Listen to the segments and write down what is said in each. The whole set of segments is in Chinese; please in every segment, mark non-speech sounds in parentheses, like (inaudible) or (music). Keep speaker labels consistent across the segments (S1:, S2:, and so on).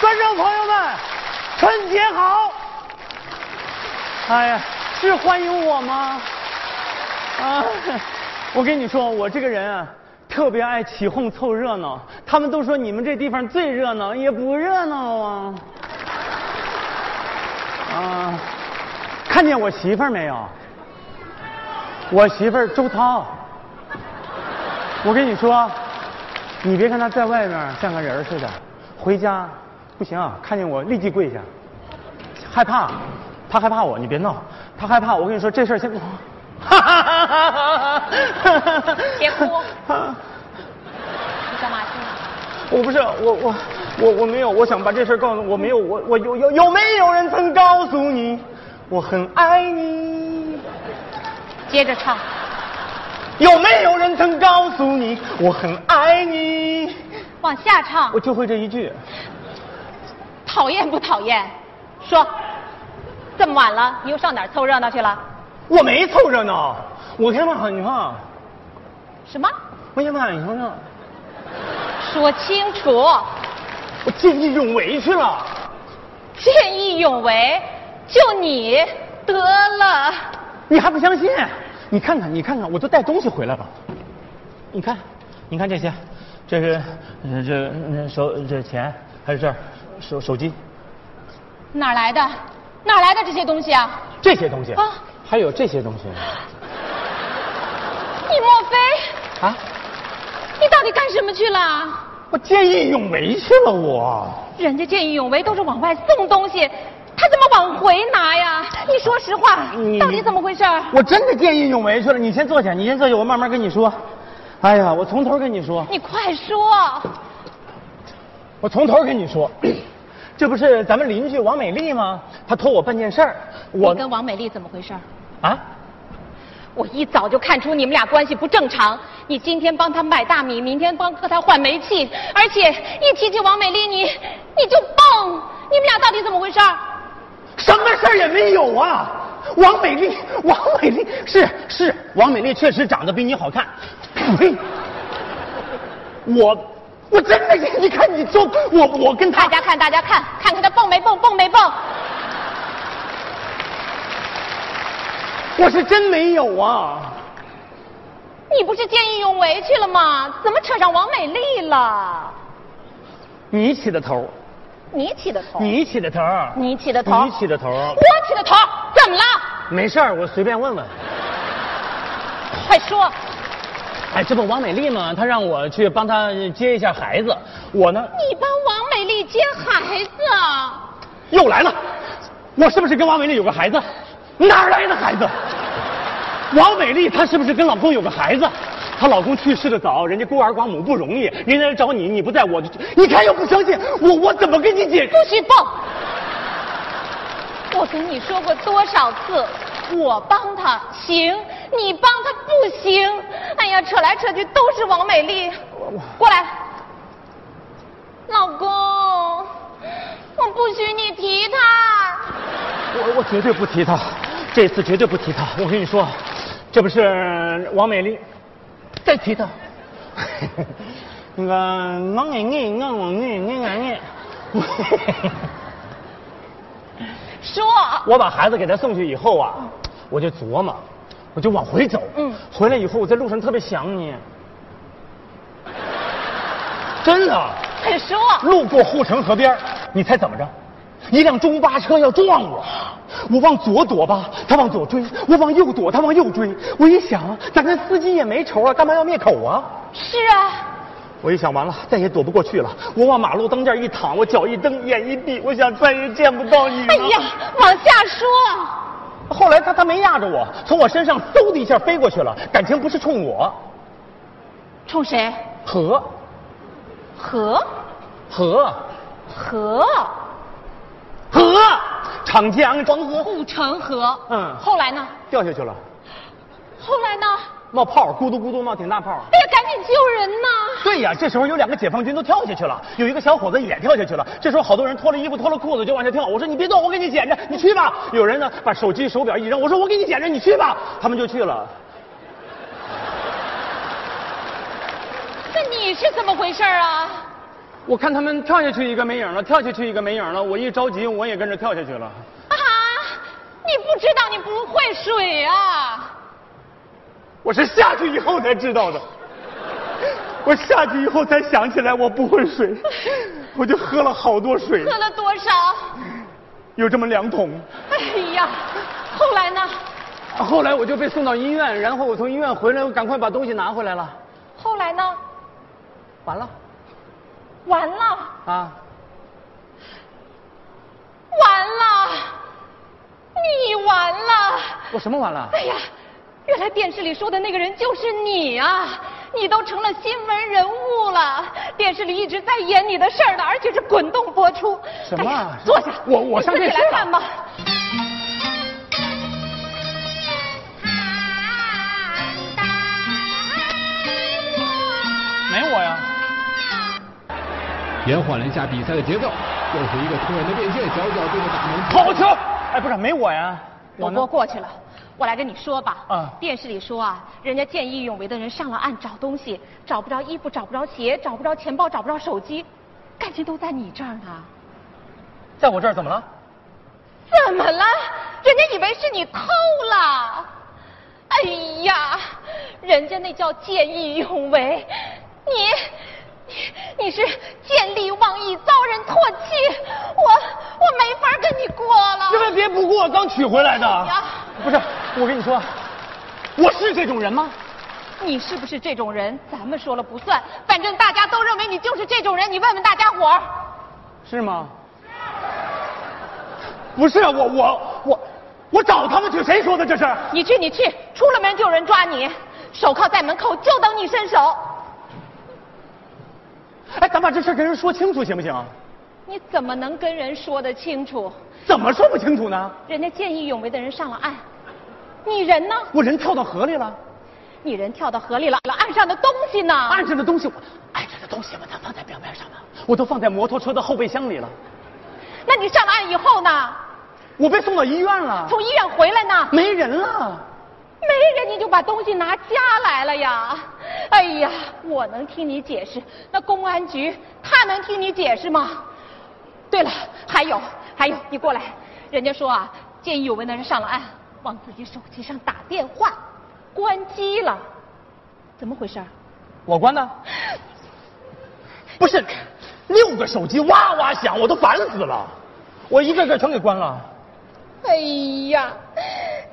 S1: 观众朋友们，春节好！哎呀，是欢迎我吗？啊，我跟你说，我这个人啊，特别爱起哄凑热闹。他们都说你们这地方最热闹，也不热闹啊。啊，看见我媳妇儿没有？我媳妇儿周涛。我跟你说，你别看她在外面像个人儿似的，回家不行、啊，看见我立即跪下，害怕，她害怕我，你别闹，她害怕我。我跟你说这事儿先， (laughs) 哈哈哈哈哈哈！
S2: 别
S1: (laughs)
S2: 哭你干嘛去呢？
S1: 我不是我我我我没有，我想把这事儿告诉我没有我我有有有没有人曾告诉你我很爱你？
S2: 接着唱，
S1: 有没有人曾告诉你我很爱你？
S2: 往下唱
S1: 我。就会这一句，
S2: 讨厌不讨厌？说，这么晚了，你又上哪儿凑热闹去了？
S1: 我没凑热闹，我先骂你呢，
S2: 什么？
S1: 我先骂你呢，
S2: 说清楚，
S1: 我见义勇为去了。
S2: 见义勇为，就你得了。
S1: 你还不相信？你看看，你看看，我都带东西回来了。你看，你看这些，这是嗯这嗯手这钱还是这儿手手机，
S2: 哪儿来的？哪儿来的这些东西啊？
S1: 这些东西
S2: 啊
S1: 还有这些东西
S2: 你莫非
S1: 啊，
S2: 你到底干什么去了？
S1: 我见义勇为去了我。
S2: 人家见义勇为都是往外送东西，他怎么往回拿呀？你说实话
S1: 你，
S2: 到底怎么回事儿？
S1: 我真的见义勇为去了。你先坐下，你先坐下，我慢慢跟你说。哎呀，我从头跟你说，
S2: 你快说！
S1: 我从头跟你说， (coughs) 这不是咱们邻居王美丽吗？她托我办件事儿，我
S2: 你跟王美丽怎么回事儿？
S1: 啊，
S2: 我一早就看出你们俩关系不正常。你今天帮她买大米，明天帮和她换煤气，而且一提起王美丽，你你就蹦。你们俩到底怎么回事儿？
S1: 什么事儿也没有啊。王美丽，王美丽是是，王美丽确实长得比你好看。呸！我我真的，你看你就我我跟
S2: 大
S1: 她
S2: 家看，大家看，看看她蹦没蹦，蹦没蹦。
S1: 我是真没有啊。
S2: 你不是见义勇为去了吗？怎么扯上王美丽了？
S1: 你起的头，
S2: 你起的头。
S1: 你起的头，
S2: 你起的头，
S1: 哦你起的头，
S2: 我起的头，怎么了？
S1: 没事儿，我随便问问。
S2: 快说！
S1: 哎，这不王美丽吗？她让我去帮她接一下孩子，我呢
S2: 你帮王美丽接孩子啊？
S1: 又来了，我是不是跟王美丽有个孩子？哪儿来的孩子？王美丽她是不是跟老公有个孩子？她老公去世的早，人家孤儿寡母不容易，人家来找你，你不在我就，你看又不相信我，我怎么跟你解释？
S2: 不许蹦！我跟你说过多少次，我帮她行，你帮她不行。哎呀，扯来扯去都是王美丽。过来，老公，我不许你提她。
S1: 我我绝对不提她，这次绝对不提她。我跟你说，这不是王美丽，再提她， (laughs) 那个王美丽，那我那那那，
S2: 说，
S1: 我把孩子给她送去以后啊，我就琢磨，我就往回走。
S2: 嗯
S1: 回来以后我在路上特别想你，真的。
S2: 快说。
S1: 路过护城河边儿，你猜怎么着？一辆中巴车要撞我，我往左躲吧，他往左追；我往右躲，他往右追。我一想，咱跟司机也没仇啊，干嘛要灭口啊？
S2: 是啊，
S1: 我一想，完了，再也躲不过去了。我往马路当间一躺，我脚一蹬，眼一闭，我想再也见不到你了。
S2: 哎呀，往下说。
S1: 后来他他没压着我，从我身上嗖的一下飞过去了。感情不是冲我，
S2: 冲谁？
S1: 河
S2: 河
S1: 河
S2: 河
S1: 河，长江黄河
S2: 护城河。
S1: 嗯
S2: 后来呢？
S1: 掉下去了，
S2: 后来呢？
S1: 冒泡，咕嘟咕嘟冒挺大泡。
S2: 哎呀，赶紧救人呐！
S1: 对呀，这时候有两个解放军都跳下去了，有一个小伙子也跳下去了。这时候好多人脱了衣服、脱了裤子就往下跳。我说你别动，我给你捡着，你去吧。有人呢把手机、手表一扔，我说我给你捡着，你去吧。他们就去了。
S2: 那你是怎么回事啊？
S1: 我看他们跳下去一个没影了，跳下去一个没影了，我一着急我也跟着跳下去了。
S2: 啊，你不知道你不会水啊！
S1: 我是下去以后才知道的，我下去以后才想起来我不会水，我就喝了好多水，
S2: 喝了多少？
S1: 有这么两桶。
S2: 哎呀，后来呢？
S1: 啊后来我就被送到医院，然后我从医院回来，我赶快把东西拿回来了。
S2: 后来呢？
S1: 完了
S2: 完了，
S1: 啊！
S2: 完了，你完了！
S1: 我什么完了？
S2: 哎呀，原来电视里说的那个人就是你啊！你都成了新闻人物了，电视里一直在演你的事儿呢，而且是滚动播出。
S1: 什么
S2: 哎呀
S1: 什么
S2: 坐下，
S1: 我我上
S2: 你自己
S1: 电视啊了
S2: 来看吧。
S1: 没我呀。
S3: 延缓了一下比赛的节奏，又是一个突然的变线，小角度的打门。
S1: 好球！哎，不是没我呀，
S2: 我
S1: 我
S2: 过
S1: 呢？
S2: 过去了，我来跟你说吧。
S1: 啊
S2: 电视里说啊，人家见义勇为的人上了岸找东西，找不着衣服，找不着鞋，找不着钱包，找不着手机，感情都在你这儿呢。
S1: 在我这儿怎么了？
S2: 怎么了？人家以为是你抠了。哎呀，人家那叫见义勇为，你你你是见利忘义，遭人唾弃，我我没法跟你过了。
S1: 这位别不过，刚取回来的
S2: 呀。
S1: 不是，我跟你说，我是这种人吗？
S2: 你是不是这种人？咱们说了不算，反正大家都认为你就是这种人。你问问大家伙儿，
S1: 是吗？不是啊我我我我找他们去，谁说的这是？
S2: 你去你去，出了门就有人抓你，手铐在门口，就等你伸手。
S1: 哎，咱把这事儿跟人说清楚行不行？
S2: 你怎么能跟人说得清楚？
S1: 怎么说不清楚呢？
S2: 人家见义勇为的人上了岸，你人呢？
S1: 我人跳到河里了，
S2: 你人跳到河里了，岸上的东西呢？
S1: 岸上的东西我岸上的东西我能放在表面上吗？我都放在摩托车的后备箱里了。
S2: 那你上了岸以后呢？
S1: 我被送到医院了，
S2: 从医院回来呢？
S1: 没人了。
S2: 没人你就把东西拿家来了呀？哎呀，我能听你解释，那公安局他能听你解释吗？对了，还有还有，你过来，人家说啊，见义勇为的人上了岸，往自己手机上打电话，关机了，怎么回事儿？
S1: 我关的。不是，六个手机哇哇响，我都烦死了，我一个个全给关了。
S2: 哎呀，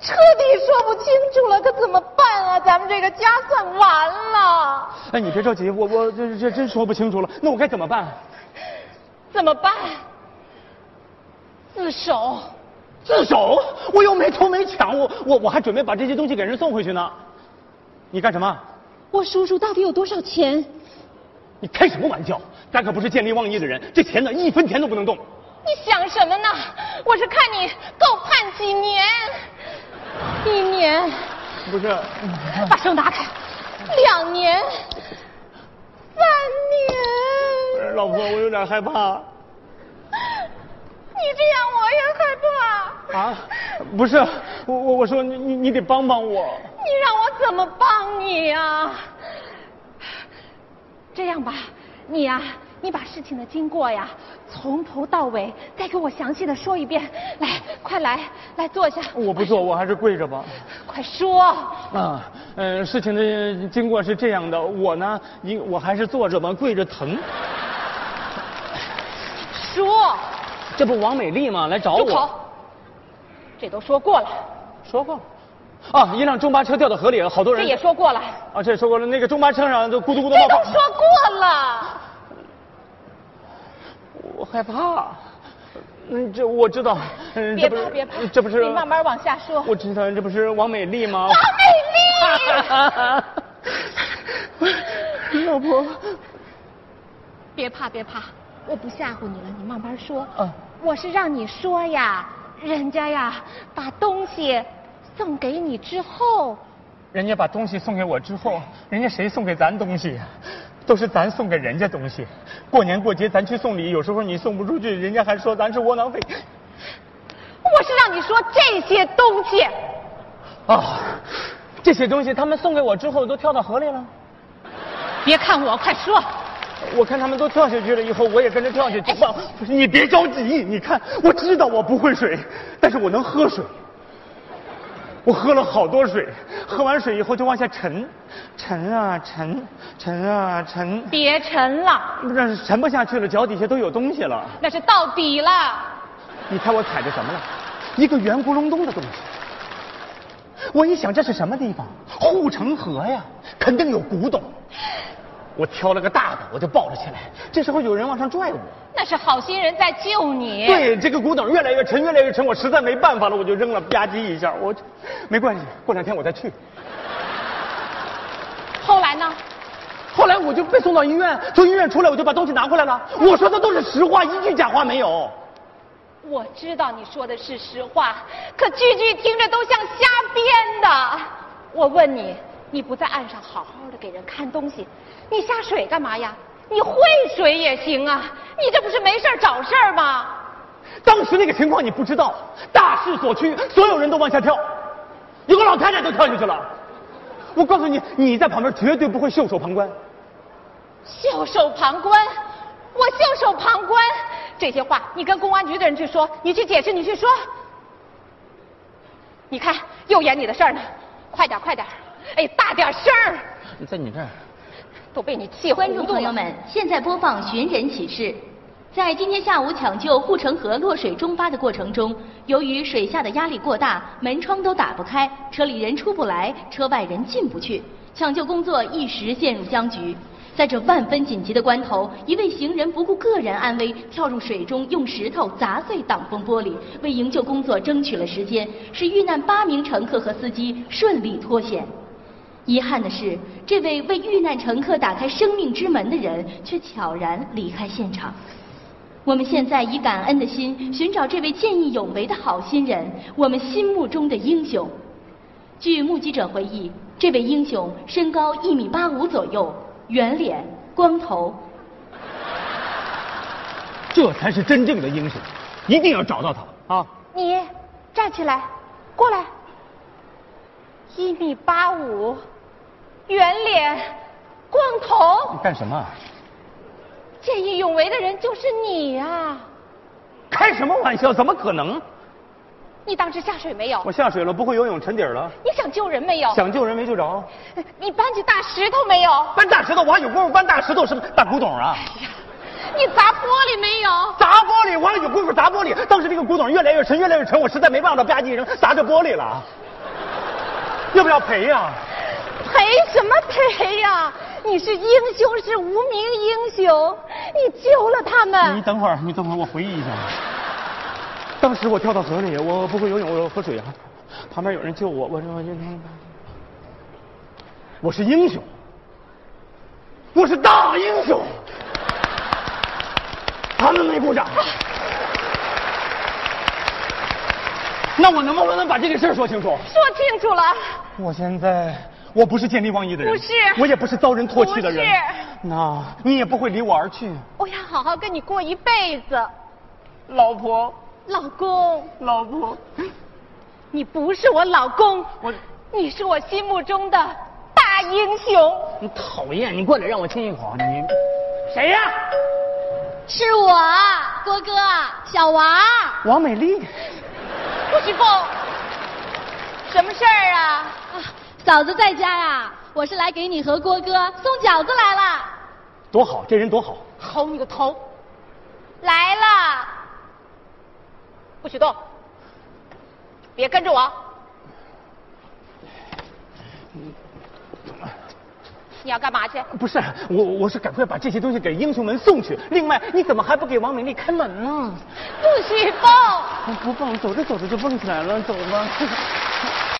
S2: 彻底说不清楚了，可怎么办啊？咱们这个家算完了，
S1: 哎，你别着急，我我这这真说不清楚了，那我该怎么办？
S2: 怎么办？自首。
S1: 自首？我又没偷没抢，我我我还准备把这些东西给人送回去呢。你干什么？
S2: 我数数到底有多少钱？
S1: 你开什么玩笑？咱可不是见利忘义的人，这钱呢一分钱都不能动。
S2: 你想什么呢？我是看你够判几年，一年，
S1: 不是，
S2: 把手拿开，两年，三年，
S1: 老婆，我有点害怕
S2: 你这样我也害怕。
S1: 啊。不是，我我我说你你你得帮帮我。
S2: 你让我怎么帮你呀、这样吧，你呀、你把事情的经过呀，从头到尾再给我详细的说一遍。来，快来，来坐下，
S1: 我不做，我还是跪着吧。
S2: 快说。
S1: 啊，嗯，事情的经过是这样的，我呢，一我还是坐着吧，跪着疼。
S2: 说，
S1: 这不王美丽吗？来找
S2: 住口
S1: 我，！
S2: 这都说过了，
S1: 说过了。啊，一辆中巴车掉到河里了，好多
S2: 这
S1: 人。
S2: 也说过了，
S1: 啊，这也说过了。那个中巴车上就咕嘟咕嘟
S2: 这
S1: 冒
S2: 都
S1: 泡。
S2: 说过了。
S1: 我害怕。嗯，这我知道。嗯，
S2: 别
S1: 这不
S2: 怕，
S1: 是
S2: 别怕，
S1: 这不是
S2: 你慢慢往下说。
S1: 我知道，这不是王美丽吗？
S2: 王美丽，
S1: (laughs) 老婆，
S2: 别怕别怕，我不吓唬你了，你慢慢说。
S1: 啊
S2: 我是让你说呀，人家呀把东西送给你之后，
S1: 人家把东西送给我之后，人家谁送给咱东西呀？都是咱送给人家东西。过年过节咱去送礼，有时候你送不出去，人家还说咱是窝囊废。
S2: 我是让你说这些东西。
S1: 啊，这些东西他们送给我之后都跳到河里了。
S2: 别看我，快说。
S1: 我看他们都跳下去了，以后我也跟着跳下去吧。不是你别着急，你看，我知道我不会水，但是我能喝水。我喝了好多水，喝完水以后就往下沉，沉啊沉，沉啊沉，
S2: 别沉了，
S1: 那是沉不下去了，脚底下都有东西了。
S2: 那是到底了。
S1: 你猜我踩着什么了？一个圆咕隆咚的东西。我一想这是什么地方？护城河呀，肯定有古董。我挑了个大的，我就抱了起来。这时候有人往上拽我，
S2: 那是好心人在救你。，
S1: 对，这个古董越来越沉，越来越沉，我实在没办法了，我就扔了，吧唧一下。我没关系，过两天我再去。
S2: 后来呢？
S1: 后来我就被送到医院，从医院出来我就把东西拿回来了。我说的都是实话，一句假话没有。
S2: 我知道你说的是实话，可句句听着都像瞎编的。我问你，你不在岸上好好的给人看东西，你下水干嘛呀？你会水也行啊，你这不是没事儿找事儿吗？
S1: 当时那个情况你不知道，大势所趋，所有人都往下跳，有个老太太都跳下去了。我告诉你，你在旁边绝对不会袖手旁观。
S2: 袖手旁观，我袖手旁观，这些话你跟公安局的人去说，你去解释，你去说。你看，又演你的事儿呢，快点儿，快点儿，哎，大点儿声儿，
S1: 在你这儿，
S2: 都被你气糊涂
S4: 观
S2: 了
S4: 众朋友们，现在播放寻人启事。在今天下午抢救护城河落水中巴的过程中，由于水下的压力过大，门窗都打不开，车里人出不来，车外人进不去，抢救工作一时陷入僵局。在这万分紧急的关头，一位行人不顾个人安危，跳入水中，用石头砸碎挡风玻璃，为营救工作争取了时间，使遇难八名乘客和司机顺利脱险。遗憾的是，这位为遇难乘客打开生命之门的人，却悄然离开现场。我们现在以感恩的心寻找这位见义勇为的好心人，我们心目中的英雄。据目击者回忆，这位英雄身高一米八五左右，圆脸、光头，
S1: 这才是真正的英雄，一定要找到他啊！
S2: 你站起来，过来。一米八五，圆脸，光头，
S1: 干什么？啊
S2: 见义勇为的人就是你啊！
S1: 开什么玩笑？怎么可能？
S2: 你当时下水没有
S1: 我？下水了，不会游泳，沉底儿了，
S2: 你想救人没有？
S1: 想救人没救着，
S2: 你搬起大石头没有？
S1: 搬大石头我还有功夫搬大石头，什么大古董啊？
S2: 你砸玻璃没有？
S1: 砸玻璃我还有功夫砸玻璃，当时这个古董越来越沉，越来越沉，我实在没办法，吧唧一扔砸着玻璃了，要不要赔呀、
S2: 赔什么赔呀、你是英雄，是无名英雄，你救了他
S1: (laughs) 你
S2: 们。
S1: 等会儿，你等会儿，我回忆一下。当时我跳到河里，我不会游泳，我喝水啊。旁边有人救我，我说我就我是英雄，我是大英雄。他们没鼓掌。那我能不能把这个事儿说清楚？
S2: 说清楚了，
S1: 我现在我不是见利忘义的人，
S2: 不是
S1: 我也不是遭人唾弃的人
S2: 不是。
S1: 那你也不会离我而去，
S2: 我要好好跟你过一辈子，
S1: 老婆。
S2: 老公。
S1: 老婆，
S2: 你不是我老公，
S1: 我
S2: 你是我心目中的大英雄。
S1: 你讨厌，你过来让我亲一口，啊你谁呀、
S2: 是我，郭哥，小王，
S1: 王美丽，
S2: 不许蹦。什么事儿啊？
S4: 嫂子在家呀，我是来给你和郭哥送饺子来了。
S1: 多好，这人多好。
S2: 好你个头！来了，不许动，别跟着我。你要干嘛去？
S1: 不是我，我是赶快把这些东西给英雄们送去。另外，你怎么还不给王美丽开门呢？
S2: 不许蹦！
S1: 不蹦，走着走着就蹦起来了，走吧。